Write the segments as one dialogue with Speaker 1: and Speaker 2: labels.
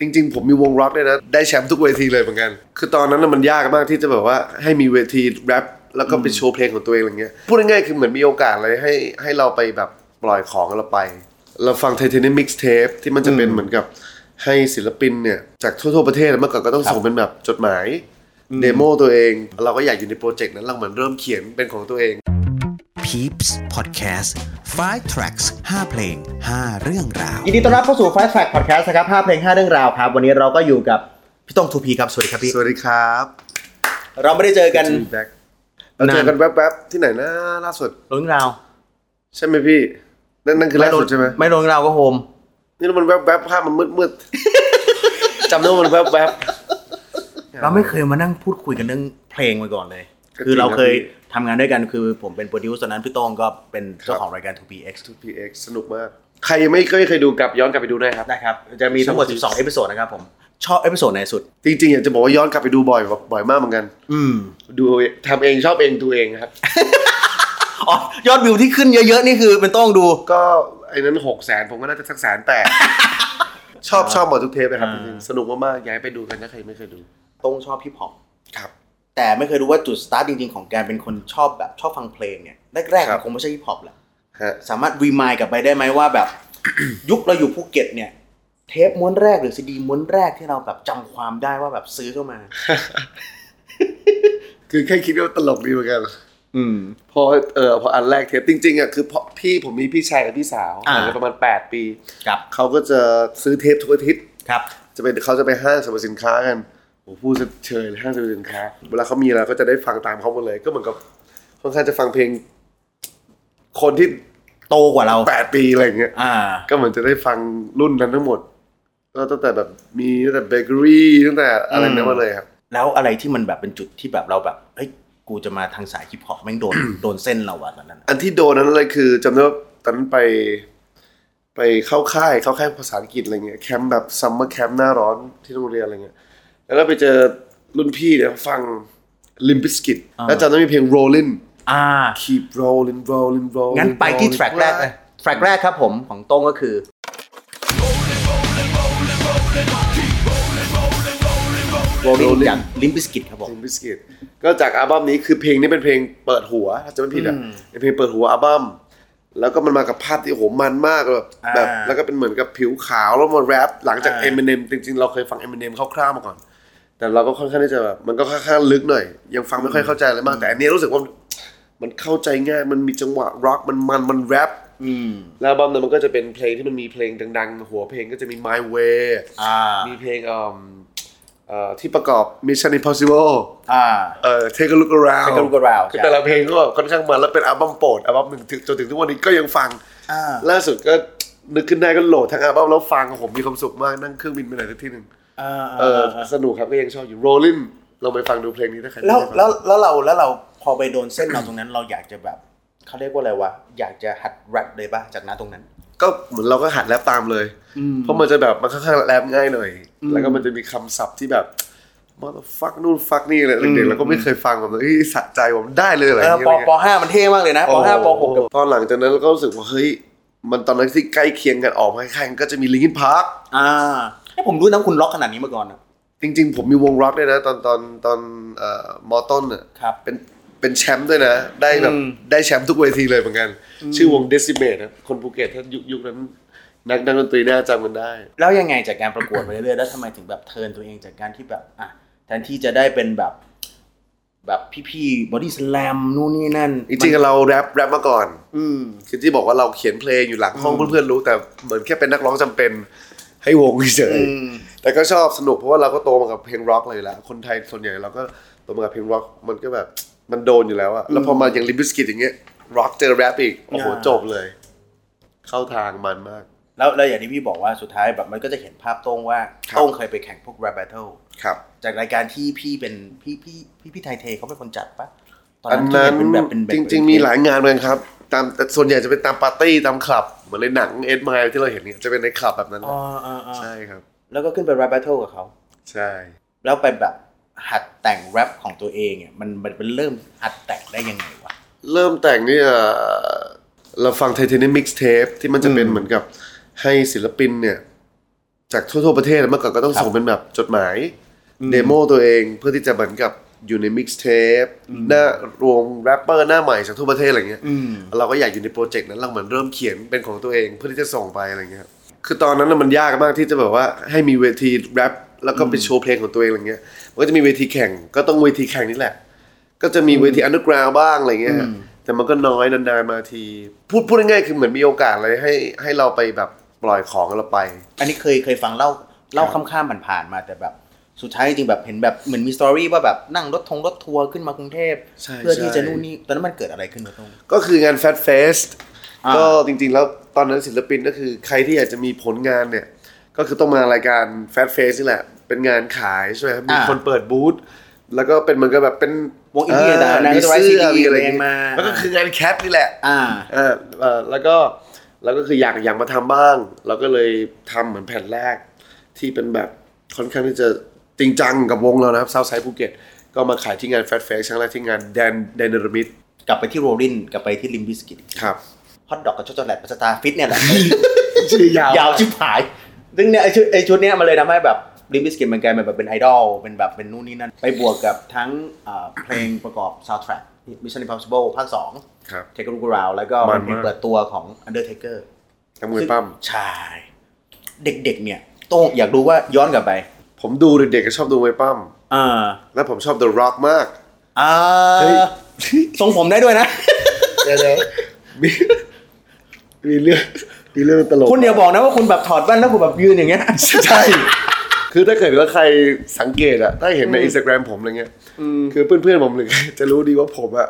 Speaker 1: จริงๆ ผมมีวงร็อกด้วยนะ ได้แชมป์ทุกเวทีเลยเหมือนกัน คือตอนนั้นน่ะมันยากมากที่จะแบบว่าให้มีเวทีแรปแล้วก็ไปโชว์เพลงของตัวเองอะไรเงี้ยพูดง่ายๆคือเหมือนมีโอกาสเลยให้ให้เราไปแบบปล่อยของเราไป เราฟังไทเทเนียมมิกซ์เทปที่มันจะเป็นเหมือนกับให้ศิลปินเนี่ย จากทั่วๆประเทศเมื่อก่อนก็ต้องส่งเป็นแบบจดหมายเดโมตัวเอง เราก็อยากอยู่ในโปรเจกต์นั้นเราเหมือนเริ่มเขียนเป็นของตัวเอง
Speaker 2: Peeps Podcast 5 Tracks 5 เพลง 5 เรื่องราว
Speaker 3: ยินดีต้อนรับเข้าสู่ Fast Track Podcast นะครับ5เพลง 5 เรื่องราวครับ วันนี้เราก็อยู่กับพี่ต้องทูพีครับ สวัสดีครับพี่
Speaker 1: สวัสดีครับ
Speaker 3: เราไม่ได้เจอกัน
Speaker 1: จีแบ็คเราเจอกันแวบๆที่ไหนนะล่าสุด
Speaker 3: โรงเรื่องราว
Speaker 1: ใช่ไหมพี่ นั่นนั่นคือล่าสุดใช่ไหม
Speaker 3: ไม่โรงเรื่องราวก็โฮม
Speaker 1: นี่มันแวบๆภาพมันมืดๆ จำได้ว่ามันแวบๆ
Speaker 3: เราไม่เคยมานั่งพูดคุยกันเรื่องเพลงมาก่อนเลย
Speaker 1: ก็จริง
Speaker 3: คือเราเคย
Speaker 1: นะพี่
Speaker 3: ทำงานด้วยกันคือผมเป็นโปรดิวเซอร์ตอนนั้นพี่โต้งก็เป็นเจ้า
Speaker 1: ครับ
Speaker 3: ของรายการ 2PX
Speaker 1: ทูพีเอ็กสนุกมาก ใครยังไม่เคยดูกลับย้อนกลับไปดูได้ครับ
Speaker 3: นะครับ จะมีทั้งหมด 12 เอพิโซดนะครับผม ชอบเอพิโซดไหนสุด
Speaker 1: จริงๆ อยากจะบอกว่าย้อนกลับไปดูบ่อยบ่อยมากเหมือนกัน
Speaker 3: อืม
Speaker 1: ดูเอาเองทำเองชอบเองดูเองครับ
Speaker 3: อ๋อยอดวิวที่ขึ้นเยอะๆ นี่คือเป็นโต้องดู
Speaker 1: ก็ไอ้นั้นหกแสนผมก็น่าจะสักแสนแป ดชอบชอบหมดทุกเทปเลยครับจริงๆสนุกมากๆอยากให้ไปดูกันถ้าใครไม่เคยดู
Speaker 3: โต้องชอบฮิปฮอป
Speaker 1: ครับ
Speaker 3: แต่ไม่เคยรู้ว่าจุดสตาร์ทจริงๆ ของการเป็นคนชอบแบบชอบฟังเพลงเนี่ยแรกๆ
Speaker 1: ครั
Speaker 3: มั
Speaker 1: บ
Speaker 3: นคงไม่ใช่ฮิปฮอปแหละ
Speaker 1: ฮะ
Speaker 3: สามารถรีมายกลับไปได้ไหมว่าแบบ ยุคเราอยู่ภูเก็ตเนี่ย เทปม้วนแรกหรือซีดีม้วนแรกที่เราแบบจำความได้ว่าแบบซื้อเข้ามา
Speaker 1: คือแค่คิดว่าตลกดีเหมือนกัน
Speaker 3: อืม
Speaker 1: พอเออพออันแรกเทปจริงๆอ่ะคือพอพี่ผมมีพี่ชายกับพี่สาว
Speaker 3: อ่า
Speaker 1: ห่างกันประมาณ 8 ปี
Speaker 3: ครับ
Speaker 1: เขาก็จะซื้อเทปทุกอาทิตย์
Speaker 3: ครับ
Speaker 1: จะเป็นเขาจะไปห้างสรรพสินค้ากันผมพูดเชยเลยห้างสรรพสินค้า เวลาเขามีอะไรก็จะได้ฟังตามเขาหมดเลยก็เหมือนกับค่อนข้างจะฟังเพลง คนที่
Speaker 3: โตกว่าเรา
Speaker 1: 8 ปีอะไรอย่างเงี้ย
Speaker 3: อ่า
Speaker 1: ก็เหมือนจะได้ฟังรุ่นนั้นทั้งหมดก็ตั้งแต่แบบมีตั้งแต่เบเกอรี่ตั้งแต่อะไร
Speaker 3: อื
Speaker 1: นั้น
Speaker 3: ม
Speaker 1: มาเลยครับ
Speaker 3: แล้วอะไรที่มันแบบเป็นจุดที่แบบเราแบบเฮ้ยกูจะมาทางสายฮิปฮอปแม่ งโดน โดนเส้นเราอะตอนนั้นอะ
Speaker 1: อันที่โดนนั้นเลยคือจำได้ว่าตอนนั้นไป ไปเข้าค่ายเข้าค่ายภาษาอังกฤษอะไรเงี้ยแคมป์แบบซัมเมอร์แคมป์หน้าร้อนที่โรงเรียนอะไรเงี้ยแล้วก็ไปเจอรุ่นพี่เนี่ยฟังลิมบิสกิตแล้วจำได้มีเพลง Rollin
Speaker 3: อ่า
Speaker 1: Keep Rollin Rollin Rollin
Speaker 3: งั้นไปที่
Speaker 1: Rollin'
Speaker 3: แทร็กแรกเลยแทร็กแรกครับผมของโต้งก็คือ
Speaker 1: Rollin
Speaker 3: จากลิมบิสกิตครับผม
Speaker 1: ลิมบิสกิตก็จากอัลบั้มนี้คือเพลงนี้เป็นเพลงเปิดหัวถ้าจะไม่ผิดอ่ะเป็นเพลงเปิดหัวอัลบั้มแล้วก็มันมากับภาพที่โอ้โหมันมากแบบ
Speaker 3: อ่า
Speaker 1: แบบแล้วก็เป็นเหมือนกับผิวขาวแล้วมาแรปหลังจาก Eminem จริงๆ เราเคยฟัง Eminem คร่าวๆมาก่อน แต่เราก็ค่อนข้างที่จะแบบมันก็ค่อนข้างลึกหน่อย ยังฟังไม่ค่อยเข้าใจอะไรมาก แต่อันนี้รู้สึกว่ามันเข้าใจง่ายมันมีจังหวะร็อกมันมันมันแรป
Speaker 3: อืม
Speaker 1: แล้วอัลบั้มนั้นมันก็จะเป็นเพลงที่มันมีเพลงดังๆ หัวเพลงก็จะมี My Way
Speaker 3: อ่า
Speaker 1: มีเพลงเอิ่มเอ่อที่ประกอบ Mission Impossible
Speaker 3: อ่า
Speaker 1: เอ่อ take a look around
Speaker 3: Take a Look Around
Speaker 1: คือ
Speaker 3: ใช่
Speaker 1: แต่ละเพลงก็แบบค่อนข้างมันแล้วเป็นอัลบั้มโปรดอัลบั้มหนึ่งถึงจนถึงทุกวันนี้ก็ยังฟัง
Speaker 3: อ่า
Speaker 1: ล่าสุดก็นึกขึ้นได้ก็โหลดทั้งอัลบั้มแล้วฟังของผมมีความสุขมากนั่งเครื่องบินไปไหนสักที่หนึ่งเออสนุกครับก็ยังชอบอยู่ rolling เราไปฟังดูเพลงนี้ถ้าใครไม่
Speaker 3: แล้ว
Speaker 1: ได้ฟัง
Speaker 3: แล้วแล้วเราแล้วเราพอไปโดนเส้นเราตรงนั้นเราอยากจะแบบเขาเรียกว่าอะไรวะ อยากจะหัดแรปเลยป่ะจากนั้นตรงนั้น
Speaker 1: ก็เหมือนเราก็หัดแรปตามเลย เพราะมันจะแบบมันค่อนข้างแรปง่ายหน่อย แล้วก็มันจะมีคำศัพท์ที่แบบ motherfuck นู่น fuck นี่อะไรเด็กๆเราก็ไม่เคยฟังแบบเอ้ยสะใจผมได้เลยอะไรอ
Speaker 3: เอย่าง อ
Speaker 1: เงี้ย
Speaker 3: ปปห้ามันเท่มากเลยนะปห้าปหกกับ
Speaker 1: ตอนหลังจากนั้นเราก็รู้สึกว่าเฮ้ยมันตอนนั้นที่ใกล้เคียงกันออกมาคล้ายๆกันก็จะมีลิงคินพาร์ค
Speaker 3: อ่าให้ผมรู้นะคุณล็อกขนาดนี้มาก่อนนะ
Speaker 1: จริง ๆ ผมมีวงร็อกด้วยนะ ตอนตอนตอนเอ่อมอต้นอ่ะ
Speaker 3: ครับ
Speaker 1: เป็นเป็นแชมป์ด้วยนะ ได้แบบ
Speaker 3: อืม
Speaker 1: ได้แชมป์ทุกเวทีเลยเหมือนกัน ชื่อวง Decimate นะคนภูเก็ตถ้ายุคยุคนั้น นักนักดนตรีน่าจำกันได้
Speaker 3: แล้วยังไงจากการประกวดไปเรื่อยๆแล้วทำไมถึงแบบเทิร์นตัวเองจากการที่แบบอ่ะแทนที่จะได้เป็นแบบ แบบพี่ๆบอดี้สแลมนู่นนี่นั่น
Speaker 1: จริง
Speaker 3: มัน
Speaker 1: ๆเราแรปแรปมาก่อน
Speaker 3: อืม
Speaker 1: คือที่บอกว่าเราเขียนเพลงอยู่หลังห้องเพื่อนๆรู้แต่เหมือนแค่เป็นนักร้องจำเป็นให้วงเฉย
Speaker 3: อืม
Speaker 1: แต่ก็ชอบสนุกเพราะว่าเราก็โตมากับเพลงร็อกเลยแหละคนไทยส่วนใหญ่เราก็โตมากับเพลงร็อกมันก็แบบมันโดนอยู่แล้วอะแล้วพอมาอย่างลิบิสกิตอย่างเงี้ยร็อกเจอแรปอีกโอ้โหจบเลย เข้าทางมันมาก
Speaker 3: แล้วแล้วอย่างที่พี่บอกว่าสุดท้ายแบบมันก็จะเห็นภาพโต้งว่า
Speaker 1: ครับ
Speaker 3: โต้งเคยไปแข่งพวกแรปแบทเทิล
Speaker 1: ครับ
Speaker 3: จากรายการที่พี่เป็นพี่พี่พี่พี่ไทยเทเขาเป็นคนจัดปะตอน
Speaker 1: อัน
Speaker 3: นั้น
Speaker 1: นั้น
Speaker 3: ที่เป็นแบบเป็นแบบ
Speaker 1: จริง ๆ มีหลายงานเลยครับ ตามแต่ส่วนใหญ่จะเป็นตามปาร์ตี้ตามคลับเหมือนในหนังเอ็ดมายที่เราเห็นเนี่ยจะเป็นในคลับแบบนั้นแห
Speaker 3: อ๋
Speaker 1: ละ
Speaker 3: ออ๋ออ๋อ
Speaker 1: ใช่ครับ
Speaker 3: แล้วก็ขึ้นไปแรปแบทเทิลกับเขา
Speaker 1: ใช่
Speaker 3: แล้วไปแบบหัดแต่งแรปของตัวเองเนี่ยมันมันเป็นเริ่มหัดแต่งได้ยังไงวะ
Speaker 1: เริ่มแต่งเนี่ยเราฟังไทเทเนียมมิกซ์เทปที่มันจะเป็นเหมือนกับให้ศิลปินเนี่ย จากทั่วๆประเทศเมื่อก่อนก็ต้องส่งเป็นแบบจดหมาย เดโมตัวเองเพื่อที่จะเหมือนกับอยู่ในมิกซ์เทปหน้ารวมแรปเปอร์หน้าใหม่จากทั่วประเทศอะไรเงี้ยเราก็อยากอยู่ในโปรเจกต์นั้นเราเหมือนเริ่มเขียนเป็นของตัวเองเพื่อที่จะส่งไปอะไรเงี้ยคือตอนนั้นน่ะมันยากมากที่จะแบบว่าให้มีเวทีแรปแล้วก็ไปโชว์เพลงของตัวเองอะไรเงี้ยมันก็จะมีเวทีแข่งก็ต้องเวทีแข่งนี่แหละ ก็จะมีเวทีอันด r g r กราวบ้างอะไรเงี้ย แต่มันก็น้อยนานๆมาที พูดพูดง่ายๆคือเหมือนมีโอกาสอะไรให้ให้เราไปแบบปล่อยของเราไป
Speaker 3: อันนี้เคยเคยฟังเล่าเล่าข้ามๆผ่านๆมาแต่แบบสุดท้ายจริงๆแบบเห็นแบบเหมือนมีสตอรี่ว่าแบบนั่งรถทงรถทัวร์ขึ้นมากรุงเทพ
Speaker 1: ใช่
Speaker 3: เพื่อที่
Speaker 1: ใช่
Speaker 3: จะนู่นนี่ตอนนั้นมันเกิดอะไรขึ้นวะตรง
Speaker 1: ก็คืองานแฟตเฟส
Speaker 3: อ่า
Speaker 1: ก็จริงๆแล้วตอนนั้นศิลปินก็คือใครที่อยากจะมีผลงานเนี่ย ก็คือต้องมารายการแฟตเฟสนี่แหละ เป็นงานขายใช่ไหมครับ มีคนเปิดบูธแล้วก็เป็นเหมือนกับแบบเป็น
Speaker 3: วงอินเดียนะ
Speaker 1: มี
Speaker 3: ก็จะไว้
Speaker 1: เสื้อ
Speaker 3: ซีดี
Speaker 1: มีอะไรอย่าง
Speaker 3: เรียง
Speaker 1: เงี้
Speaker 3: มา
Speaker 1: ยแล้วก็คืองานแคปนี่แหละ
Speaker 3: อ่า
Speaker 1: เออเอ่อแล้วก็แล้วก็คืออยากอยากมาทำบ้าง เราก็เลยทำเหมือนแผ่นแรก ที่เป็นแบบค่อนข้างที่จะจริงจังกับวงเรานะครับ South Side Phuket ก็มาขายที่งานแฟ t แฟ s ครั้งแรกที่งานแดนแดนเนอร์มิด
Speaker 3: กลับไปที่โรลินกลับไปที่ลิมบิสกิต
Speaker 1: ครับ
Speaker 3: ฮอตดอกกับช็อกโกแลตสตาร์ฟิตเนี่ยแห ละ
Speaker 1: ชื่อยาว
Speaker 3: ยาวชิบหาย ซึ่งเนี่ยไอชุดไอชุดเนี้ยมันเลยทำให้แบบลิมบิสกิตมันกลายมาแบบเป็นไอดอล เป็นแบบเป็นนู่นนี่นั่น ไปบวกกับทั้งเอ่อเพลงประกอบ soundtrack Mission Impossible ภาค
Speaker 1: ครับ
Speaker 3: 2 Take a Look Around แล้วก็
Speaker 1: มันมาก
Speaker 3: เพลงเปิดตัวของ Undertaker
Speaker 1: ทำมือปั้ม
Speaker 3: ใช่ เด็กๆเนี่ยโต้งอยากรู้ว่าย้อนกลับไป
Speaker 1: ผมดูเด็กๆก็ชอบดูมวยปั้ม
Speaker 3: เออ
Speaker 1: แล้วผมชอบ The Rock มาก
Speaker 3: อ่า
Speaker 1: เฮ้ย
Speaker 3: ทรงผมได้ด้วยนะ
Speaker 1: เดี๋ยวมีมีเรื่องมีเรื่องตลก
Speaker 3: คุณอย่าบอกนะว่าคุณแบบถอดแว่นแล้วคุณแบบยืนอย่างเงี้ย
Speaker 1: ใช่ คือถ้าเกิดว่าใครสังเกตอะถ้าเห็นในอินสตาแกรมผมอะไรเงี้ยคือเพื่อนๆผมหรือใครจะรู้ดีว่าผมอะ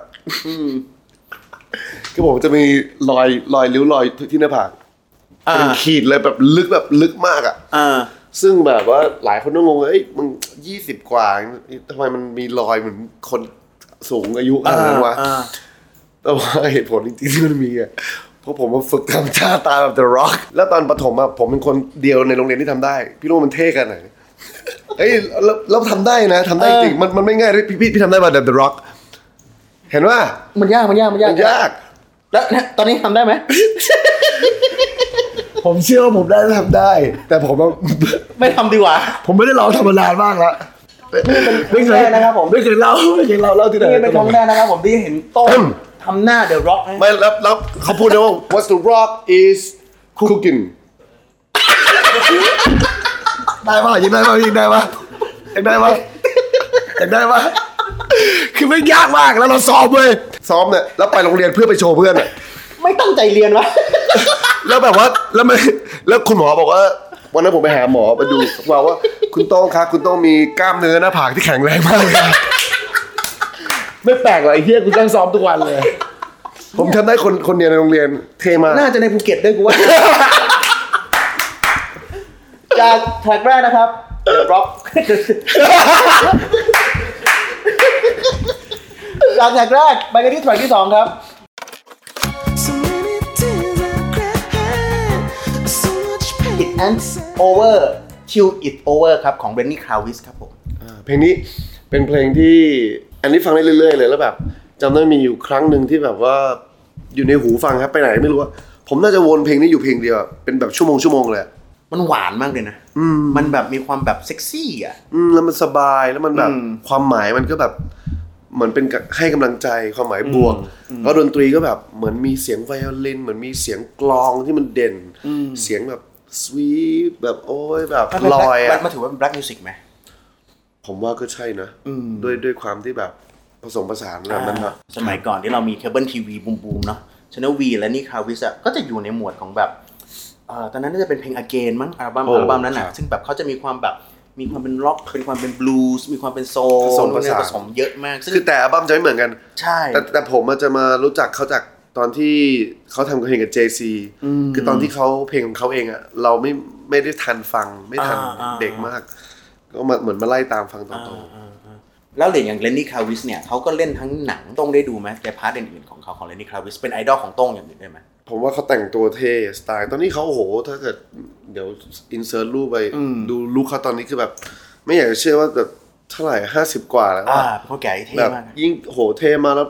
Speaker 1: คือผมจะมีรอยรอยริ้วรอยที่หน้าผาก
Speaker 3: อ่า
Speaker 1: เป็นขีดเลยแบบลึกแบบลึกมากอะ
Speaker 3: อ่า
Speaker 1: ซึ่งแบบว่าหลายคนก็งงว่าเอ้ยมึงยี่สิบกว่าทำไมมันมีรอยเหมือนคนสูงอายุขนาดนั้นวะ แต่ว่าเหตุผลจริงๆที่มันมีอ่ะ เพราะผมมาฝึกทำท่าตาแบบ The Rock แล้วตอนประถมอ่ะผมเป็นคนเดียวในโรงเรียนที่ทำได้ พี่รู้ว่ามันเท่กันไหน เฮ้ยเราเราทำได้นะทำได้จริงมันมันไม่ง่ายด้วยพี่พี่พี่ทำได้ป่ะแบบ The Rock เห็นว่า
Speaker 3: มันยากมันยากมันยาก
Speaker 1: มันยาก
Speaker 3: แล้วเนี่ยตอนนี้ทำได้ไหม
Speaker 1: ผมเชื่อว่าผมได้ทำได้ แต่ผมอะ
Speaker 3: ไม่ทำดีกว่า
Speaker 1: ผมไม่ได้ลองทำมานานมากแล้วไม่เคย
Speaker 3: ครั้งแรกนะครับผม
Speaker 1: ไม่เคยเล่าไม่เคยเล่าเล่าที่ไหน
Speaker 3: นี่เป็นครั้งแรกนะครับผมที่เห็นโต้ง ทำหน้าเดอะร็อก
Speaker 1: ไม่แล้วแล้วเขาพูดนะว่า what the rock is cooking ได้ป่ะยังได้ป่ะยังได้ป่ะยังได้ป่ะยังได้ป่ะคือไม่ยากมากแล้วเราซ้อมเว้ยซ้อมเนี่ยแล้วไปโรงเรียนเพื่อไปโชว์เพื่อนอะ
Speaker 3: ไม่ตั้งใจเรียนวะ
Speaker 1: แล้วแบบว่าแล้วมันแล้วคุณหมอบอกว่าวันนั้นผมไปหาหมอไปดูบอกว่า คุณโต้งคะคุณโต้องมีกล้ามเนื้อหน้าผากที่แข็งแรงมากเลยนะไม่แปลกหรอกไอ้เหี้ยคุณต้องซ้อมทุกวันเลย ผมทำได้คนคนเดียวในโรงเรียนเท่มาก
Speaker 3: น่าจะในภูเก็ตด้วยกูว่า จากแทร็กแรกนะครับเดอะร็อก จากแทร็กแรกไปกันที่แทร็กที่สองครับ
Speaker 4: So many tears I cried, so much pain.
Speaker 3: and over chill it over ครับ ของเบนนี่คาวิสครับผม
Speaker 1: อ่าเพลงนี้เป็นเพลงที่อันนี้ฟังได้เรื่อยๆเลยแล้วแบบจำได้มีอยู่ครั้งหนึ่งที่แบบว่าอยู่ในหูฟังครับไปไหนไม่รู้ว่าผมน่าจะวนเพลงนี้อยู่เพลงเดียวอะเป็นแบบชั่วโมงชั่วโมงเลยอะ
Speaker 3: มันหวานมากเลยนะ มันแบบมีความแบบเซ็กซี่อ่ะ
Speaker 1: อืมแล้วมันสบายแล้วมันแบบความหมายมันก็แบบเหมือนเป็นกะให้กำลังใจความหมายบวก แล้วดนตรีก็แบบเหมือนมีเสียงไวโอลินเหมือนมีเสียงกลองที่มันเด่นเสียงแบบสวีปแบบโอ้ยแบบ
Speaker 3: มันเป็น
Speaker 1: ลอย
Speaker 3: แบล็ค
Speaker 1: อะ
Speaker 3: มันถือว่าเป็นแบล็กมิวสิกไหม
Speaker 1: ผมว่าก็ใช่นะด้วยด้วยความที่แบบผสมผสานอะไรแบบนั้นนะ
Speaker 3: สมัยก่อนที่เรามีเคเบิลทีวีบูมบูมๆเนาะชแนลวีและนี่คาวิสอะก็จะอยู่ในหมวดของแบบเอ่อตอนนั้นน่าจะเป็นเพลงอเกนมั้งอัลบั้ม
Speaker 1: โอ้
Speaker 3: อัลบั้มนั้น
Speaker 1: ค
Speaker 3: อะ
Speaker 1: รับ
Speaker 3: ซึ่งแบบเขาจะมีความแบบมีความเป็นร็อกเป็นความเป็นบลูส์มีความเป็นโซล
Speaker 1: ผสมผสาน
Speaker 3: ผสมเยอะมากซึ่ง
Speaker 1: คือแต่อัลบั้มจะไม่เหมือนกัน
Speaker 3: ใช่
Speaker 1: แต่แต่ผมอาจจะมารู้จักเขาจากตอนที่เขาทำเพลงกับ JC คือตอนที่เขาเพลงของเขาเองอะเราไม่ไม่ได้ทันฟังไม่ทันเด็กมาก ก็มาเหมือนมาไล่ตามฟังตอนโต
Speaker 3: แล้วเหรียญอย่างเลนนี่คาวิสเนี่ยเขาก็เล่นทั้งหนังโต้งได้ดูไหมแต่พาร์ทอื่นๆของเขาของเลนนี่คาวิสเป็นไอดอลของโต้งอย่างอื่นได้ไหม
Speaker 1: ผมว่าเขาแต่งตัวเท่สไตล์ตอนนี้เขาโอ้โห ถ้าเกิดเดี๋ยวอินเสิร์ตรูปไปดูลุคเขาตอนนี้คือแบบ ไม่อยากจะเชื่อว่าแบบเท่าไหร่ห้าสิบกว่าแล้ว
Speaker 3: อ่า
Speaker 1: อะ
Speaker 3: เป็นคนแก่ที่เท่
Speaker 1: แบบ
Speaker 3: มากนะ
Speaker 1: ยิ่งโหเท่มากแล้ว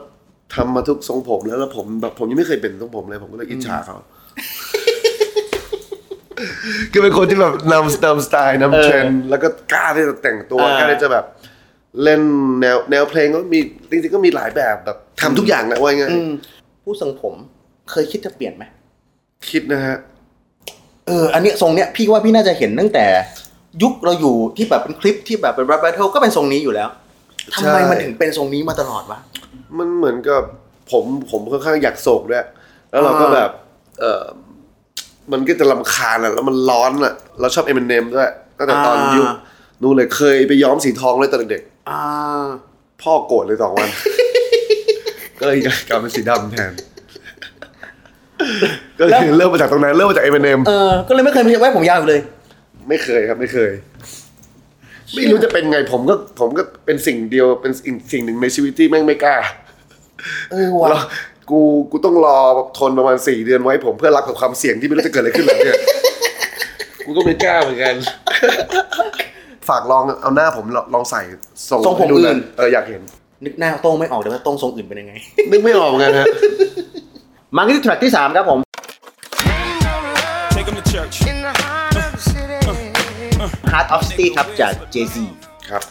Speaker 1: ทำมาทุกทรงผมแล้วแล้วผมแบบผมยังไม่เคยเป็นทรงผมเลยผมก็เลยอิจฉาเขา คือเป็นคนที่แบบนำนำสไตล์นำเทรนด์แล้วก็กล้าที่จะแต่งตัว
Speaker 3: เออก
Speaker 1: ล้าที่จะแบบ เล่นแนวแนวเพลงก็มีจริงๆก็มีหลายแบบแบบทำทุกอย่างนะว่าไงาย
Speaker 3: อืม ผู้ทรงผมเคยคิดจะเปลี่ยนไหม
Speaker 1: คิดนะฮะ
Speaker 3: เอออันเนี้ยทรงเนี้ยพี่ว่าพี่น่าจะเห็นตั้งแต่ ยุคเราอยู่ที่แบบเป็นคลิปที่แบบเป็นแรปแบทเทิลก็เป็นทรงนี้อยู่แล้วทำไม
Speaker 1: ใช่
Speaker 3: มันถึงเป็นทรงนี้มาตลอดวะ
Speaker 1: มันเหมือนกับผมผมค่อนข้างอยากโศกด้วยแล้วเราก็
Speaker 3: อ่า
Speaker 1: แบบเออมันก็จะลำคาญอ่ะแล้วมันร้อนอ่ะเราชอบเอ n ม m เนมด้วยตั้งแต่ตอนยุคนู้นเลยเคยไปย้อมสีทองเลยตอนเด็ก
Speaker 3: อ่า
Speaker 1: ๆพ่อโกรธเลยสองวัน ก็เลยกลายเป็นสีดำแทน ก็คือเริ่มมาจากตรงนั้นเริ่มมาจากเอ n ม m เนม
Speaker 3: เออ ก็เลยไม่เคยมีไว้ผมยาวอีกเลย
Speaker 1: ไม่เคยครับไม่เคย ไม่รู้จะเป็นไงผมก็ผมก็เป็นสิ่งเดียวเป็นสิ่งสิ่งหนึ่งในชีวิตที่แม่งไม่กล้า
Speaker 3: เออว่ะ
Speaker 1: แล้วกูกูต้องรอทนประมาณสี่เดือนไว้ผมเพื่อรับกับความเสี่ยงที่ไม่รู้จะเกิดอะไรขึ้นหลัง เนี่ย กูก็ไม่กล้าเหมือนกัน ฝากลองเอาหน้าผมลองลองใส่ส่ง
Speaker 3: ทรงผม
Speaker 1: ให้ดูะ
Speaker 3: อื่น
Speaker 1: เอออยากเห็น
Speaker 3: นึกหน้าโต้งไม่ออกเดี๋ยวว่าโต้งทรงอื่นเป็นยังไง
Speaker 1: นึกไม่ออกเหมือนกันฮะ
Speaker 3: มาที่แทร็กที่สามครับผม
Speaker 5: Take him to church.
Speaker 4: In the heart of the city.
Speaker 3: Heart of City ครับจาก Jay Z
Speaker 1: ครับ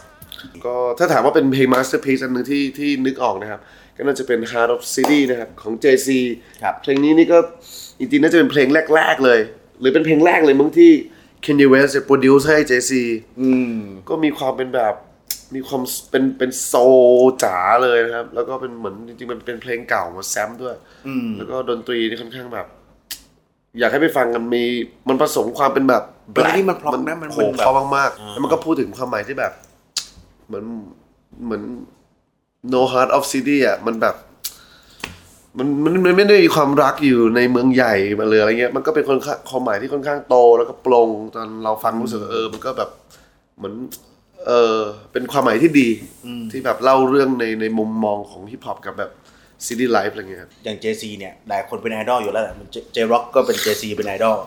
Speaker 1: ก็ถ้าถามว่าเป็นเพลง masterpiece อันหนึงที่ที่นึกออกนะครับ ก็น่าจะเป็น Heart of City นะครับ ของ JC
Speaker 3: ครับ
Speaker 1: เพลงนี้นี่ก็จริงๆน่าจะเป็นเพลงแรก ๆ เลย หรือเป็นเพลงแรกเลยมั้งที่ Kanye West จะ produce ให้ JC
Speaker 3: อืม
Speaker 1: ก็มีความเป็นแบบมีความเป็นเป็นโซลจ๋าเลยนะครับ แล้วก็เป็นเหมือนจริงๆมันเป็นเพลงเก่ามาแซมด้วยแล้วก็ดนตรีนี่ค่อนข้างแบบ อยากให้ไปฟังกันมีมันผสมความเป็นแบบ black
Speaker 3: เฮ้ยมันเพราะนะมัน
Speaker 1: โห
Speaker 3: มันแบบ
Speaker 1: เพราะมากๆแล้วมันก็พูดถึงความหมายที่แบบ เหมือนเหมือน no heart of city อ่ะมันแบบ มันมันมันไม่ได้มีความรักอยู่ในเมืองใหญ่มาเลยอะไรเงี้ยมันก็เป็นคนข้างความหมายที่ค่อนข้างโตแล้วก็ปลงตอนเราฟังรู้สึกว่าเออ มันก็แบบเหมือนเออเป็นความหมายที่ดีที่แบบเล่าเรื่องในในมุมมองของฮิปฮอปกับแบบซิตี้ไลฟ์อะไรเงี้ยครับ
Speaker 3: อย่าง Jay Z เนี่ย หลายคนเป็นไอดอลอยู่แล้วแหละ J Rock ก็เป็น Jay Z เป็นไอดอ ล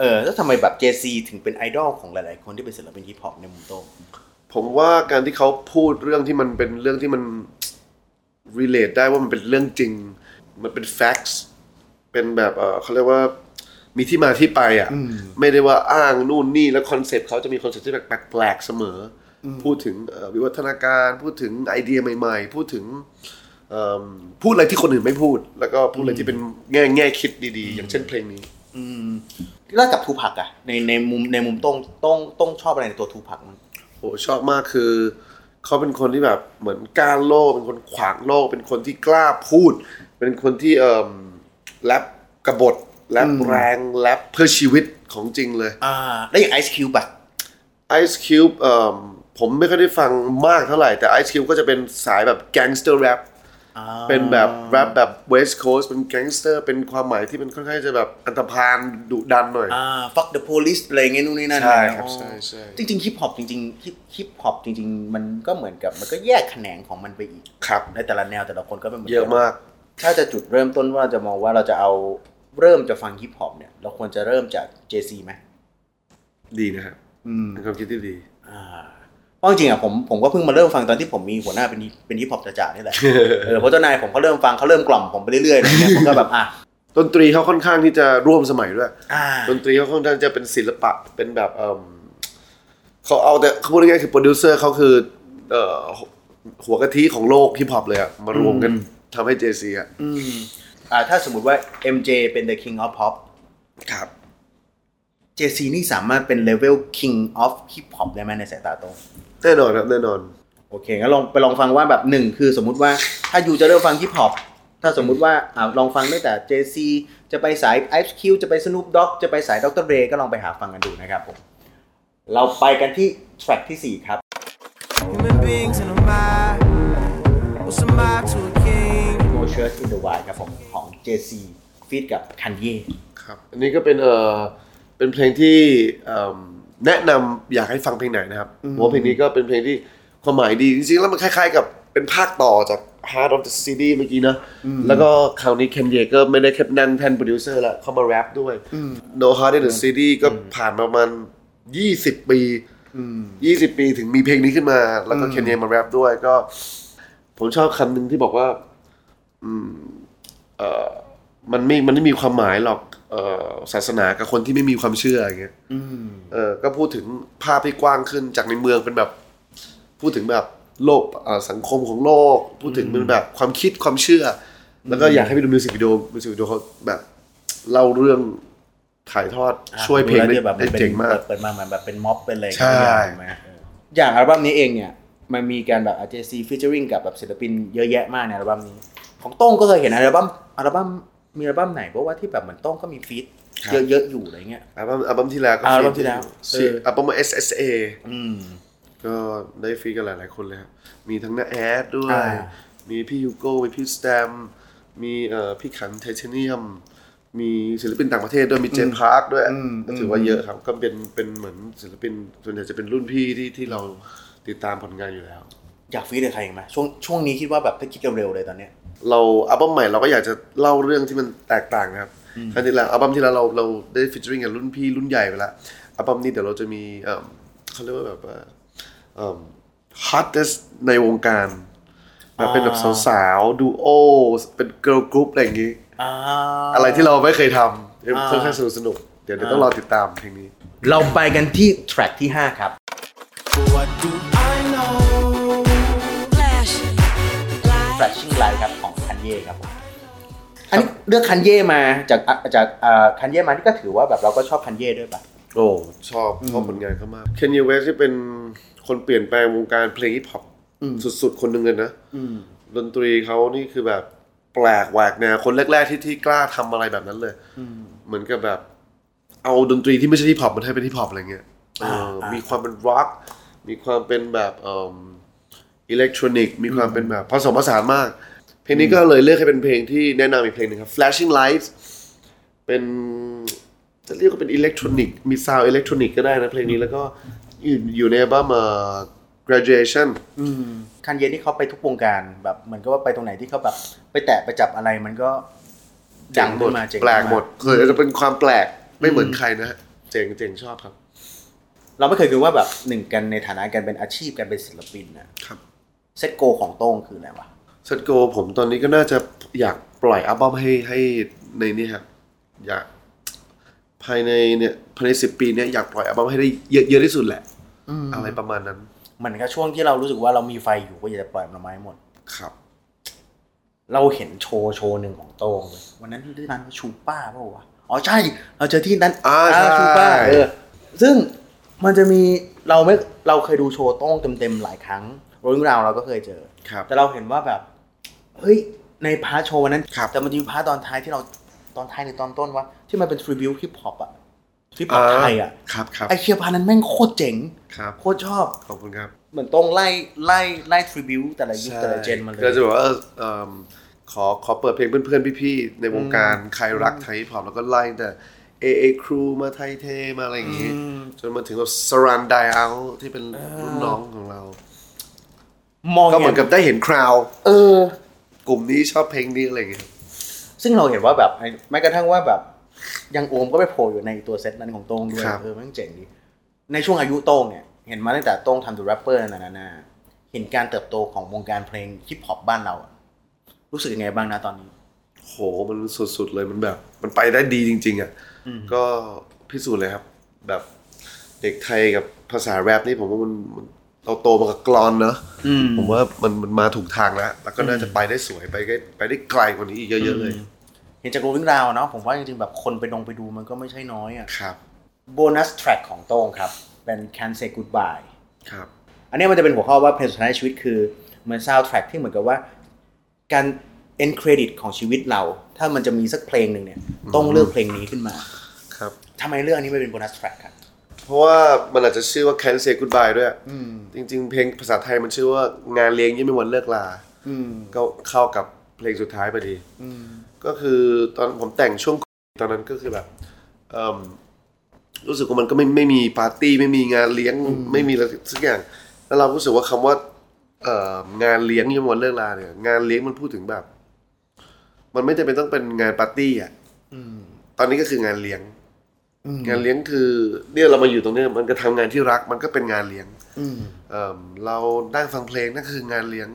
Speaker 3: เออ แล้วทำไมแบบ Jay Z ถึงเป็นไอดอลของหลายๆ คนที่เป็นศิลปินฮิปฮอปในมุมโต้ง
Speaker 1: ผมว่าการที่เขาพูดเรื่องที่มันเป็นเรื่องที่มัน relate ได้ว่ามันเป็นเรื่องจริง มันเป็น facts เป็นแบบเออเขาเรียกว่ามีที่มาที่ไปอ่ะ ไม่ได้ว่าอ้างนู่นนี่แล้วคอนเซปต์เขาจะมีคอนเซปต์ที่แปลกๆเสมออพูดถึงเอ่อวิวัฒนาการ พูดถึงไอเดียใหม่ๆ พูดถึงเอิ่มพูดอะไรที่คนอื่นไม่พูด แล้วก็พูดอะไรที่เป็นแง่แง่คิดดีๆ อย่างเช่นเพลงนี้
Speaker 3: แล้วกับทูพักอะในในมุมในมุมโต้งโต้งโต้งชอบอะไรในตัวทูพักมั้ง
Speaker 1: โหชอบมากคือ เขาเป็นคนที่แบบเหมือนกล้าโลก เป็นคนขวางโลก เป็นคนที่กล้าพูด เป็นคนที่เอ่มแรปกบฏแรปแรงแรปเพื่อชีวิตของจริงเลย
Speaker 3: อ่า แล้วอย่าง Ice Cube อะ
Speaker 1: Ice Cube เอ่มผมไม่ค่อยได้ฟังมากเท่าไหร่ แต่ Ice Cube ก็จะเป็นสายแบบแก๊งสเตอร์แรปเป็นแบบแรปแบบ West Coast เป็นแก๊งสเตอร์ เป็นความหมายที่มันค่อนข้างจะแบบอันธพาลดุดันหน่อย
Speaker 3: อ่า fuck the police อะไรเงี้ยนู่นนี่นั่น
Speaker 1: ใช่ครับ
Speaker 3: อ๋อ
Speaker 1: ใช่ใช่
Speaker 3: จริงๆฮิปฮอปจริงๆฮิปฮิปฮอปจริง ๆ มันก็เหมือนกับมันก็แยกแขนงของมันไปอีก
Speaker 1: ครับ
Speaker 3: ในแต่ละแนวแต่ละคนก็ไม่เหมือน
Speaker 1: เยอะ
Speaker 3: น
Speaker 1: มาก
Speaker 3: ถ้าจะจุดเริ่มต้นว่าจะมองว่าเราจะเอาเริ่มจะฟังฮิปฮอปเนี่ย เราควรจะเริ่มจาก JC ไหม
Speaker 1: ดีนะครับเป็นความคิดที่ดี
Speaker 3: อ่าเพราะจริงๆอ่ะผมผมก็เพิ่งมาเริ่มฟังตอนที่ผมมีหัวหน้าเป็นเป็นฮิปฮอปจ๋าๆนี่แหละ เออเพราะเจ้านายผมเขาเริ่มฟังเขาเริ่มกล่อมผมไปเรื่อยๆอะไรเงี้ยผมก็แบบ อ่ะ
Speaker 1: ดนตรีเขาค่อนข้างที่จะร่วมสมัยด้วย
Speaker 3: อ่า
Speaker 1: ดนตรีเขาค่อนข้างจะเป็นศิลปะเป็นแบบเอมเขาเอาแต่เขาพูดง่ายๆคือโปรดิวเซอร์เขาคือเอ่อหัวกะทิของโลกฮิปฮอปเลยอะมารวมกันทำให้เจซีอะ
Speaker 3: อ่าถ้าสมมติว่า MJ เป็น the king of pop
Speaker 1: ครับ
Speaker 3: JC นี่สามารถเป็นเลเวล king of hip hop ได้ไหมในสายตาตรง
Speaker 1: แน่นอนครับแน่นอน
Speaker 3: โอเคงั้นลองไปลองฟังว่าแบบหนึ่งคือสมมุติว่าถ้าอยู่จะเริ่มฟังฮิปฮอปถ้าสมมุติว่าอ่าลองฟังตั้งแต่ JC จะไปสาย Ice Q จะไป Snoop Dogg จะไปสาย Dr. Dre ก็ลองไปหาฟังกันดูนะครับผม เราไปกันที่แทร็กทีสี่4 ครับ
Speaker 4: Human beings in a vibe. What's a vibe to a king?
Speaker 3: No Church in the Wild ครับผมของ JC ฟีดกับ Kanye
Speaker 1: ครับอันนี้ก็เป็นเออเป็นเพลงที่เอิ่มแนะนำอยากให้ฟังเพลงไหนนะครับผมว่าเพลงนี้ก็เป็นเพลงที่ความหมายดีจริงๆแล้วมันคล้ายๆกับเป็นภาคต่อจาก Heart of the City เมื่อกี้นะแล้วก็คราวนี้เคนเยก็ไม่ได้แค่นั่งแท่นโปรดิวเซอร์ละเข้ามาแรปด้วย No Heart in the City ก็ผ่านมาประมาณ 20 ปี 20 ปีถึงมีเพลงนี้ขึ้นมา แล้วก็เคนเยมาแรปด้วยก็ ผมชอบคำหนึ่งที่บอกว่า มันไม่ มันไม่มีความหมายหรอก เอ่อศาสนากับคนที่ไม่มีความเชื่ออย่างเงี้ย
Speaker 3: อืม
Speaker 1: เออก็พูดถึงภาพที่กว้างขึ้นจากในเมืองเป็นแบบ พูดถึงแบบโลกเอ่อสังคมของโลก พูดถึงเป็นแบบความคิดความเชื่ออแล้วก็อยากให้ไปดูมิวสิกวิดีโอมิวสิกวิดีโอเขาแบบเล่าเรื่องถ่ายทอดช่วยเพลง
Speaker 3: อ่ะ
Speaker 1: ได้
Speaker 3: ดูแวนี่ยแบบมัน
Speaker 1: ได้
Speaker 3: ป็น
Speaker 1: เจ๋งมาก
Speaker 3: เปิดมาเหมือนแบบเป็นม็อบเป็นอะไรอย่าง
Speaker 1: ใช่
Speaker 3: เงี้ยถูกไหมเอออย่างอัลบั้มนี้เองเนี่ยมันมีการแบบอาเจซีฟิชเจอริงกับแบบศิลปินเยอะแยะมากในอัลบั้มนี้ ของโต้งก็เคยเห็นอัลบั้มอัลบั้มมีอัลบั้มไหนเพราะว่าที่แบบเหมือนโต้งก็มีฟีดเยอะๆอยู่อะไรเงี้ย
Speaker 1: อัลบั้มอัลบั้มที่แล้วก็
Speaker 3: อัลบั้มที่แล้ว
Speaker 1: ฟีด
Speaker 3: เอออั
Speaker 1: อัลบั้ม SSA
Speaker 3: อืม
Speaker 1: ก็ได้ฟรีกันหลาย ๆ คนเลยครับ มีทั้งน้าแอดด้วย
Speaker 3: อ่า
Speaker 1: มีพี่ยูโก้ มีพี่สแตม มีเอ่อพี่ขันไทเทเนียม มีศิลปินต่างประเทศด้วย มีเจมพาร์คด้วยก็ถือว่าเยอะครับ ก็เป็นเป็นเหมือนศิลปิน ส่วนใหญ่จะเป็นรุ่นพี่ที่ที่เราติดตามผลงานอยู่แล้ว
Speaker 3: อยากฟีดกับใครอีกไหมช่วงช่วงนี้คิดว่าแบบถ้าคิดเร็วๆเลยตอนเนี้ย
Speaker 1: เราอัลบั้มใหม่เราก็อยากจะเล่าเรื่องที่มันแตกต่างนะครับครั้งที่แล้วอัลบั้มที่แล้วเราเราได้ฟิชเชอริงกับรุ่นพี่รุ่นใหญ่ไปละอัลบั้มนี้เดี๋ยวเราจะมีเอิ่มเขาเรียกว่าแบบว่าฮอตเดสในวงการแบบเป็นแบบสาวๆดูโอเป็นเกิร์ลกรุ๊ปอะไรอย่างงี้
Speaker 3: อ่า
Speaker 1: อะไรที่เราไม่เคยทำเอ้ย
Speaker 3: อ่า
Speaker 1: ค่อนข้างสนุกสนุกเดี๋ยวเดี๋ยวต้องรอติดตามเพลงนี้
Speaker 3: เราไปกันที่แทร็กที่ 5 ครับ
Speaker 4: What do I know?
Speaker 5: Flash. Light.
Speaker 3: flashing light ครับของคันเย่ครับผมอันนี้เลือกคันเย่มาจากอ่ะจากคันเย่มานี่ก็ถือว่าแบบเราก็ชอบคันเย่ด้วยป่ะ
Speaker 1: โอ้ชอบชอบผลงานเขามากเคนย w เวสที่เป็นคนเปลี่ยนแปลงวงการเพลงฮิปฮอปสุดๆ คนหนึ่งเลยนะดนตรีเขานี่คือแบบแปลกแหวกแนวคนแรก ๆ ที่ที่กล้าทำอะไรแบบนั้นเลยเหมือนกับแบบ เอาดนตรีที่ไม่ใช่ฮิปฮอปมันให้เป็นฮิปฮอปอะไรเงี้ยเอออมีความเป็นร็อกมีความเป็นแบบเอิ่มอิเล็กทรอนิกส์มีความเป็นแบบผสมผสานมาก เพลงนี้ก็เลยเลือกให้เป็นเพลงที่แนะนำอีกเพลงหนึ่งครับ flashing lights เป็น จะเรียกว่าเป็นอิเล็กทรอนิกมีซาวอิเล็กทรอนิกก็ได้นะเพลงนี้แล้วก็อยู่อยู่ในอัลบั้มเอ่อ graduation
Speaker 3: คันเย่นี่เขาไปทุกวงการแบบเหมือนก็ว่าไปตรงไหนที่เขาแบบไปแตะไปจับอะไรมันก็ดัง
Speaker 1: หม
Speaker 3: ขึ้
Speaker 1: ด
Speaker 3: นมาเจ๋ง
Speaker 1: แปลก
Speaker 3: ขึ้นมา
Speaker 1: หมดคือจะเป็นความแปลกไม่เหมือนใครนะฮะเจ๋งเจ๋งชอบครับ
Speaker 3: เราไม่เคยคิดว่าแบบหนึ่งกันในฐานะการเป็นอาชีพการเป็นศิลปินนะครับ เซตโกของโต้งคืออะไรวะ
Speaker 1: ซัดโกผมตอนนี้ก็น่าจะอยากปล่อยอัลบั้มให้ให้ในนี่ครับอยากภายในเนี่ยภายในสิบปีเนี่ยอยากปล่อยอัลบั้มให้ได้เยอะเยอะที่สุดแหละอะไรประมาณนั้น
Speaker 3: เหมันก็ช่วงที่เรารู้สึกว่าเรามีไฟอยู่ก็อยากจะปล่อยมันออกมาให้หมด
Speaker 1: ครับ
Speaker 3: เราเห็นโชว์โชว์หนึ่งของโต้งเว้ยวันนั้นที่ร้านชูป้าเปล่าวะอ๋อใช่ เราเจอที่นั้น
Speaker 1: อ่าใช่
Speaker 3: ชูป้าเออซึ่งมันจะมีเราไม่เราเคยดูโชว์โต้งเต็มๆหลายครั้งเรื่องราวเราก็เคยเจอ
Speaker 1: ครับ
Speaker 3: แต่เราเห็นว่าแบบ เฮ้ย ในพาร์ทโชว์วันนั้น
Speaker 1: ครับ
Speaker 3: แต่มันจะมีพาร์ทตอนท้ายที่เราตอนท้ายหรือตอนต้นวะที่มันเป็นทริบิวฮิปฮอปอะฮิปฮอปไทยอะ
Speaker 1: ครับครับ
Speaker 3: ไอเคียพาร์ทนั้นแม่งโคตรเจ๋ง
Speaker 1: ครับ
Speaker 3: โคตรชอบ
Speaker 1: ขอบคุณครับ
Speaker 3: เหมือนโต้งไล่ไล่ไล่ทริบิวแต่ละยุคแต่ละเจนมาเลย
Speaker 1: ก็จะบอกว่าเออเอิ่มขอขอเปิดเพลงเพื่อนๆ พี่ๆ ในวงการใครรักไทยฮิปฮอปแล้วก็ไล่ตั้งแต่ AA Crew มาไทยเทมาอะไรอย่างงี้ จนมาถึงแบบสรันไดเอาที่เป็นรุ่นน้องของเรา
Speaker 3: มอง
Speaker 1: ก็เหมือนกับได้เห็นคราว
Speaker 3: เออ
Speaker 1: กลุ่มนี้ชอบเพลงนี้อะไรอย่างเงี้ย
Speaker 3: ซึ่งเราเห็นว่าแบบไอ้แม้กระทั่งว่าแบบยังโอมก็ไปโผล่อยู่ในตัวเซตนั้นของโต้งด้วย
Speaker 1: ครับ
Speaker 3: เออมันเจ๋งดีในช่วงอายุโต้งเนี่ยเห็นมาตั้งแต่โต้งทำดูแรปเปอร์นานานาเห็นการเติบโตของวงการเพลงฮิปฮอปบ้านเราอะรู้สึกยังไงบ้างนะตอนนี้
Speaker 1: โหมันสุดๆเลยมันแบบ มันไปได้ดีจริง ๆ อ่ะ ก็พิสูจน์เลยครับ แบบเด็กไทยกับภาษาแรปนี่ผมว่ามันมันเราโตมากับกรอนเนอะผมว่ามันมันมาถูกทางแล้ว แล้วก็น่าจะไปได้สวยไปได้ไปได้ไกลกว่านี้อีกเยอะๆเลย
Speaker 3: เห็นจากโรวิ่งราวเนาะผมว่าจริงๆแบบคนไปลงไปดูมันก็ไม่ใช่น้อยอะ
Speaker 1: ครับ
Speaker 3: โบนัสแทร็กของโต้งครับเป็น Can Say Goodbye
Speaker 1: ครับ
Speaker 3: อันเนี้ยมันจะเป็นหัวข้อว่าเพลงสุดท้ายในชีวิตคือเหมือนซาวด์แทร็กที่เหมือนกับว่า การ end credit ของชีวิตเรา ถ้ามันจะมีสักเพลงหนึ่งเนี่ย ต้องเลือกเพลงนี้ขึ้นมา
Speaker 1: ครับ
Speaker 3: ทำไมเลือกอันนี้ไม่เป็นโบนัสแทร็กครับ
Speaker 1: เพราะว่ามันอาจจะชื่อว่า Can Say Goodbye ด้วยจริง ๆ เพลงภาษาไทยมันชื่อว่างานเลี้ยงยังไม่มีวันเลิกลาก็เข้ากับเพลงสุดท้ายพอดีก็คือตอนผมแต่งช่วงตอนนั้นก็คือแบบเอิ่มรู้สึกว่ามันก็ไม่ไม่มีปาร์ตี้ไม่มีงานเลี้ยงไม่มีอะไรสักอย่าง แล้วเรารู้สึกว่าคำว่าเอ่องานเลี้ยงยังไม่มีวันเลิกลาเนี่ยงานเลี้ยงมันพูดถึงแบบ มันไม่จำเป็นต้องเป็นงานปาร์ตี้อ่ะตอนนี้ก็คืองานเลี้ยง งานเลี้ยงคือเนี่ยเรามาอยู่ตรงเนี้ยมันก็ทำงานที่รักมันก็เป็นงานเลี้ยงเอิ่มเรานั่งฟังเพลงนั่นคืองานเลี้ยง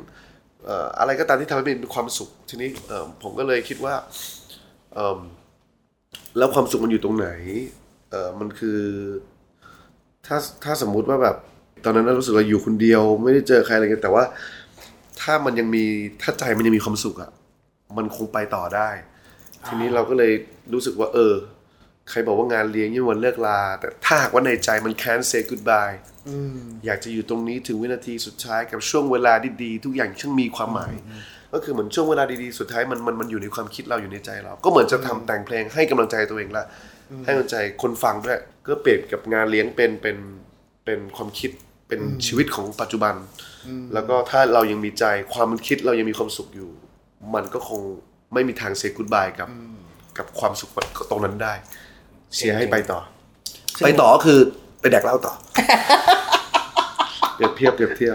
Speaker 1: เอ่ออะไรก็ตามที่ทำให้มีความสุขทีนี้เอิ่มผมก็เลยคิดว่าเอิ่ม แล้วความสุขมันอยู่ตรงไหน เออมันคือ ถ้าถ้าสมมุติว่าแบบ ตอนนั้นนะรู้สึกเราอยู่คนเดียว ไม่ได้เจอใครอะไรกันแต่ว่า ถ้ามันยังมีถ้าใจมันยังมีความสุขอะมันคงไปต่อได้ ทีนี้เราก็เลยรู้สึกว่า เออ ใครบอกว่างานเลี้ยงยี่งวันเลิกลา แต่ถ้าหากว่าในใจมัน can't say goodbye อยากจะอยู่ตรงนี้ถึงวินาทีสุดท้ายกับช่วงเวลาดีๆทุกอย่างช่างมีความหมาย ก็คือเหมือนช่วงเวลาดีๆสุดท้ายมันมันมันอยู่ในความคิดเราอยู่ในใจเรา ก็เหมือนจะทำแต่งเพลงให้กำลังใจตัวเองละให้กำลังใจคนฟังด้วย ก็เปลี่ยนกับงานเลี้ยงเป็นเป็นเป็นความคิดเป็นชีวิตของปัจจุบัน แล้วก็ถ้าเรายังมีใจความคิดเรายังมีความสุขอยู่ มันก็คงไม่มีทางเซกูดบายกับกับความสุขตรงนั้นได้ เชียร์ให้ไปต่อ ไปต่อก็คือไปแดกเหล้าต่อ เปรียบเทียบเปรียบเทียบ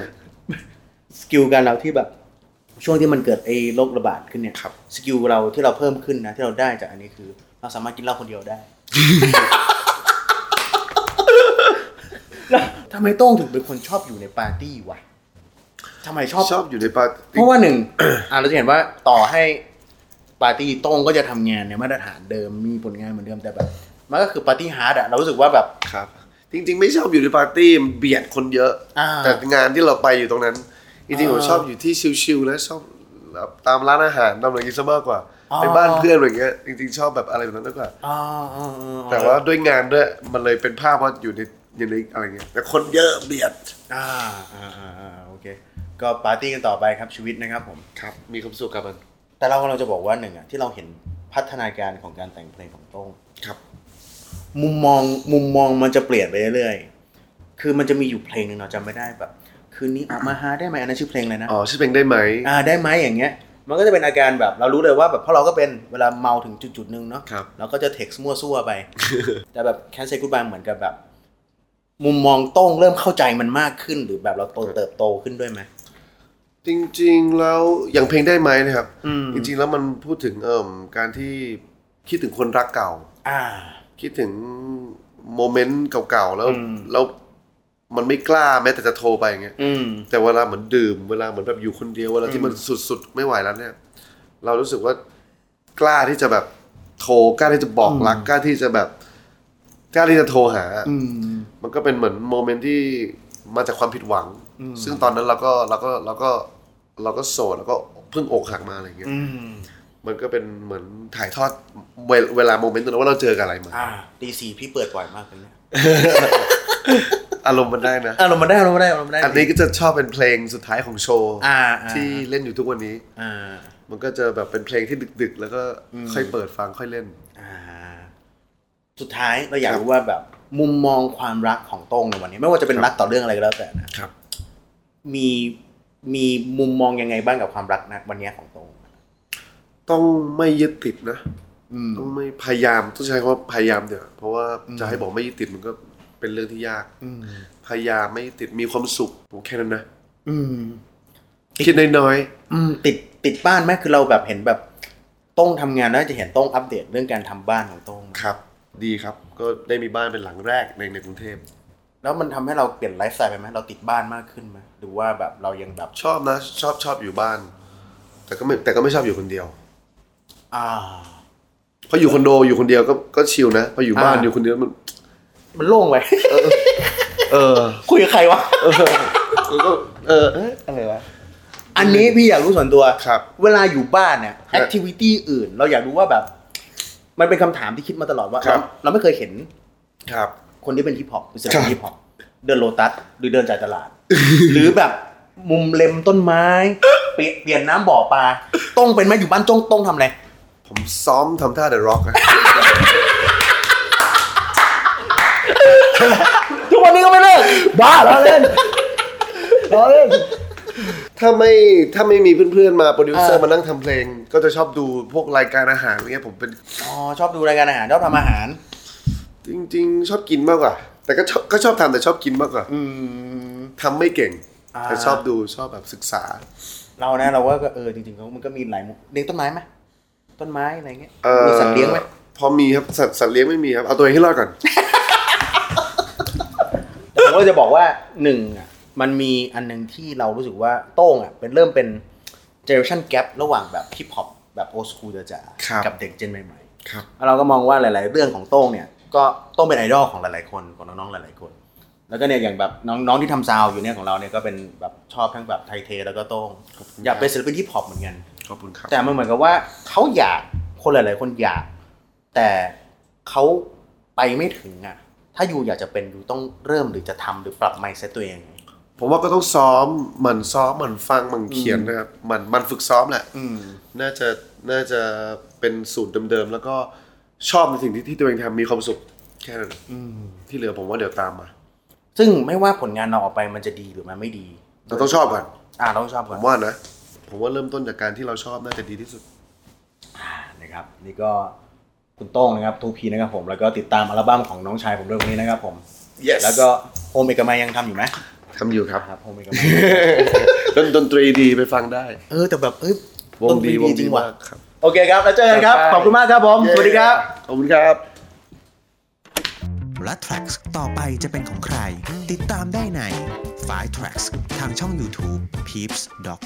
Speaker 3: สกิลการเราที่แบบช่วงที่มันเกิดไอ้โรคระบาดขึ้นเนี่ย
Speaker 1: ครับ
Speaker 3: สกิลเราที่เราเพิ่มขึ้นนะที่เราได้จากอันนี้คือ เราสามารถกินเหล้าคนเดียว ได้ แล้วทำไมโต้งถึงเป็นคนชอบอยู่ในปาร์ตี้วะทำไมชอบ
Speaker 1: ชอบอยู่ในปาร์
Speaker 3: เพ
Speaker 1: ตี้
Speaker 3: ราะว่าหนึ่ง อ่ะเราจะเห็นว่าต่อให้ปาร์ตี้โต้งก็จะทำงานในมาตรฐานเดิมมีผลงานเหมือนเดิมแต่แบบมันก็คือปาร์ตี้ฮาร์ดอะเรารู้สึกว่าแบบ
Speaker 1: ครับ จริง ๆ ไม่ชอบอยู่ในปาร์ตี้มันเบียดคนเยอะ
Speaker 3: อ่า
Speaker 1: แต่งานที่เราไปอยู่ตรงนั้น จริงๆผมชอบอยู่ที่ชิลๆนะชอบแบบตามร้านอาหารตามอะไรอย่างงี้ซะมากกว่า
Speaker 3: อ๋อ
Speaker 1: ไปบ้านเพื่อนอะไรอย่างเงี้ยจริงๆ ชอบแบบอะไรแบบนั้นมากกว่า
Speaker 3: อ๋ออ๋ออ๋อ
Speaker 1: แต่ว่าด้วยงานด้วยมันเลยเป็นภาพว่าอยู่ในอยู่ในอะไรเงี้ยแต่คนเยอะเบียด
Speaker 3: อ่าอ่าอ่าอ่าโอเค ก็ปาร์ตี้กันต่อไปครับชีวิตนะครับผม
Speaker 1: ครับ มีความสุขกับมัน
Speaker 3: แต่เราเราจะบอกว่าหนึ่งอะที่เราเห็นพัฒนาการของการแต่งเพลงของโต้ง
Speaker 1: ครับ
Speaker 3: มุมมองมุมมองมันจะเปลี่ยนไปเรื่อยๆ คือมันจะมีอยู่เพลงหนึ่งเราจำไม่ได้แบบ คืนนี้ออกมาฮาได้ไหมอันนั้นชื่อเพลงอะไรนะ
Speaker 1: อ๋อชื่อเพลงได้ไหม
Speaker 3: อ่าได้ไหมอย่างเงี้ย มันก็จะเป็นอาการแบบเรารู้เลยว่าแบบเพราะเราก็เป็นเวลาเมาถึงจุดๆหนึ่งเนาะ
Speaker 1: ครับ
Speaker 3: เราก็จะเท็กซ์มั่วซั่วไป แต่แบบแคนเซ g o o บ b ยเหมือนกับแบบ มุมมองโต้งเริ่มเข้าใจมันมากขึ้นหรือแบบเราโตเติบโตขึ้นด้วยไหม
Speaker 1: จริงๆแล้วอย่างเพลงได้ไหมนะครับ
Speaker 3: อืม
Speaker 1: จริงๆแล้วมันพูดถึงเอ่มการที่คิดถึงคนรักเก่า
Speaker 3: อ่า
Speaker 1: คิดถึงโมเมนต์เก่าๆแล้ว
Speaker 3: อืม
Speaker 1: แล้วมันไม่กล้าแม้แต่จะโทรไปอย่างเงี้ย
Speaker 3: อืม
Speaker 1: แต่เวลาเหมือนดื่มเวลาเหมือนแบบอยู่คนเดียวเวลาที่มันสุดๆไม่ไหวแล้วเนี่ย เรารู้สึกว่ากล้าที่จะแบบโทรกล้าที่จะบอกรักกล้าที่จะแบบกล้าที่จะโทรหา
Speaker 3: อืม
Speaker 1: มันก็เป็นเหมือนโมเมนต์ที่มาจากความผิดหวัง ซึ่งตอนนั้นเราก็เราก็เราก็เราก็โสดแล้วก็เพิ่งอกหักมาอะไรอย่างเงี้ย
Speaker 3: อืม
Speaker 1: มันก็เป็นเหมือนถ่ายทอดเวลเวลาโมเมนต์ตรงนั้นว่าเราเจอกับอะไรมา
Speaker 3: อ่าตีสี่พี่เปิดบ่อยมากเลยเนี่ย
Speaker 1: อารมณ์มันได้นะ
Speaker 3: อ่าเรามาได้เรามาได้เรามาได้
Speaker 1: อันนี้ก็จะชอบเป็นเพลงสุดท้ายของโชว์
Speaker 3: อ่า
Speaker 1: ที่เล่นอยู่ทุกวันนี้
Speaker 3: อ่า
Speaker 1: มันก็จะแบบเป็นเพลงที่ดึก ๆ แล้วก็ค่อยเปิดฟังค่อยเล่น
Speaker 3: อ่า สุดท้ายเราอยากรู้ว่าแบบ มุมมองความรักของโต้งในวันนี้ ไม่ว่าจะเป็น
Speaker 1: ครับ
Speaker 3: รักต่อเรื่องอะไรก็แล้วแต่นะ
Speaker 1: ครับ
Speaker 3: มีมีมุมมองยังไงบ้างกับความรักนะวันเนี้ยของโตง
Speaker 1: ต้องไม่ยึดติดนะต้องไม่พยายามต้องใช้คำว่าพยายามเนี่ยเพราะว่าจะให้บอกไม่ยึดติดมันก็เป็นเรื่องที่ยากพยายามไม่ยึดติดมีความสุขผมแค่นั้นนะ
Speaker 3: อืม
Speaker 1: คิดน้อย
Speaker 3: อืม ติดติดบ้านไหมคือเราแบบเห็นแบบโต้งทำงานแล้วจะเห็นโต้งอัปเดตเรื่องการทำบ้านของโต้ง
Speaker 1: ๆครับ ดีครับ ก็ได้มีบ้านเป็นหลังแรกในในกรุงเทพ
Speaker 3: แล้วมันทำให้เราเปลี่ยนไลฟ์สไตล์ไปไหมเราติดบ้านมากขึ้นไหมหรือว่าแบบเรายังแบบ
Speaker 1: ชอบนะ ชอบชอบอยู่บ้าน แต่ก็ไม่แต่ก็ไม่ชอบอยู่คนเดียว
Speaker 3: อ่า
Speaker 1: เพราะอยู่คอนโดอยู่คนเดียวก็ก็ชิลนะพออยู่บ้าน
Speaker 3: อ่า
Speaker 1: อยู่คนเดียวมัน
Speaker 3: มันโล่งไป
Speaker 1: เออ
Speaker 3: คุยกับใครวะ
Speaker 1: เออ
Speaker 3: อันนี้พี่อยากรู้ส่วนตัว
Speaker 1: ครับ
Speaker 3: เวลาอยู่บ้านเนี่ย
Speaker 1: ค
Speaker 3: แอ
Speaker 1: รับ
Speaker 3: คทิวิตี้อื่น เราอยากรู้ว่าแบบ มันเป็นคำถามที่คิดมาตลอดว่า
Speaker 1: ครับ
Speaker 3: เราเราไม่เคยเห็น
Speaker 1: ครับ
Speaker 3: คนที่เป็นฮิปฮอปเป็นศิล
Speaker 1: ครั
Speaker 3: ปิ
Speaker 1: บ
Speaker 3: นฮิปฮอปเดินโลตัสหรือเดินจ่ายต ลาด หรือแบบมุมเล็มต้นไม้ เปลี่ยนเปลี่ยนน้ำบ่อปลาต้องเป็นไหมอยู่บ้านจ้องต้องทำอะไร
Speaker 1: ผมซ้อมทำท่าเดอะร็อกนะ
Speaker 3: ทุกวันนี้ก็ไม่เลิกบ้าแล้วเล่น
Speaker 1: ถ้าไม่ถ้าไม่มีเพื่อนๆมาโปรดิวเซอ
Speaker 3: เอ
Speaker 1: ร์
Speaker 3: อ
Speaker 1: มานั่งทำเพลง ก็จะชอบดูพวกรายการอาหารอะไรเงี้ยผมเป็น
Speaker 3: อ๋อชอบดูรายการอาหารชอบทำอาหาร
Speaker 1: จริง ๆ ชอบกินมากกว่า แต่ก็ชอบก็ชอบทำแต่ชอบกินมากกว่า
Speaker 3: อืม
Speaker 1: ทำไม่เก่ง
Speaker 3: อ่า
Speaker 1: แต่ชอบดูชอบแบบศึกษา
Speaker 3: เรานะเราว่าก็เออจริงๆก็มันก็มีหลายมุมเลี้ยงต้นไม้ไหมต้นไม้อะไรเงี้ย
Speaker 1: เอ่อ
Speaker 3: มีสัตว์เลี้ยงไหม
Speaker 1: พอมีครับสัตว์สัตว์เลี้ยงไม่มีครับ เอาตัวเองให้รอดก่อน
Speaker 3: แต่ผมก็จะบอกว่าหนึ่งอ่ะมันมีอันหนึ่งที่เรารู้สึกว่าโต้งอ่ะเป็นเริ่มเป็นเจเนอเรชันแกประหว่างแบบฮิปฮอปแบบโอสคูจ๋าๆ
Speaker 1: ครับ
Speaker 3: กับเด็กเจนใหม่ๆ
Speaker 1: ครับ
Speaker 3: เราก็มองว่าหลาย ๆ เรื่องของโต้งเนี่ย ก็โต้งเป็นไอดอลของหลาย ๆ คนของน้อง ๆ หลาย ๆ คน แล้วก็เนี่ยอย่างแบบน้อง ๆ ที่ทำซาวด์อยู่เนี่ยของเราเนี่ยก็เป็นแบบชอบทั้งแบบไทยเทแล้วก็โต้ง
Speaker 1: ขอบคุณ
Speaker 3: อยากเป็นศิลปินฮิปฮอปเหมือนกัน
Speaker 1: ขอบคุณครับ
Speaker 3: แต่มันเหมือนกับว่าเขาอยากคนหลาย ๆ คนอยาก แต่เขาไปไม่ถึงอ่ะ ถ้าอยู่อยากจะเป็นอยู่ต้องเริ่มหรือจะทำหรือปรับไมซ์เซตตัวเอง
Speaker 1: ผมว่าก็ต้องซ้อมหมันซ้อมหมันฟังหมันเขียนนะครับหมันหมันฝึกซ้อมแหละ
Speaker 3: อืม
Speaker 1: น่าจะน่าจะเป็นสูตรเดิมๆ แล้วก็ชอบในสิ่งที่ที่ตัวเองทำมีความสุขแค่นั้นที่เหลือผมว่าเดี๋ยวตามมา
Speaker 3: ซึ่งไม่ว่าผลงานเราออกไปมันจะดีหรือมันไม่ดี
Speaker 1: เราต้องชอบก่อน
Speaker 3: อ่าเราต้องชอบ
Speaker 1: ผ
Speaker 3: ก่อน
Speaker 1: มว่านะ ผมว่าเริ่มต้นจากการที่เราชอบน่าจะดีที่สุด
Speaker 3: นะครับนี่ก็คุณโต้งนะครับทูพีนะครับผมแล้วก็ติดตามอัลบั้มของน้องชายผมด้วยวันนี้นะครับผม
Speaker 1: Yes
Speaker 3: แล้วก็โฮมเอกมัยยังทำอยู่ไหม
Speaker 1: ทำอยู่ครับ
Speaker 3: ครับโฮมเอกมัย
Speaker 1: ดนดนตรีดีไปฟังได้
Speaker 3: เออแต่แบบเอ้ยว
Speaker 1: งดีว
Speaker 3: ต้นปี
Speaker 1: ง
Speaker 3: จ
Speaker 1: ดี
Speaker 3: ริงว่ะ
Speaker 1: มากครับ
Speaker 3: โอเคครับแล้วเจอกันครับ
Speaker 1: ครับ
Speaker 3: ขอบคุณมากครับผมสวัสดีครับ
Speaker 1: ขอบคุณครับ
Speaker 2: และ Tracks ต่อไปจะเป็นของใคร ติดตามได้ใน f i Tracks ทางช่อง YouTube Peeps Doc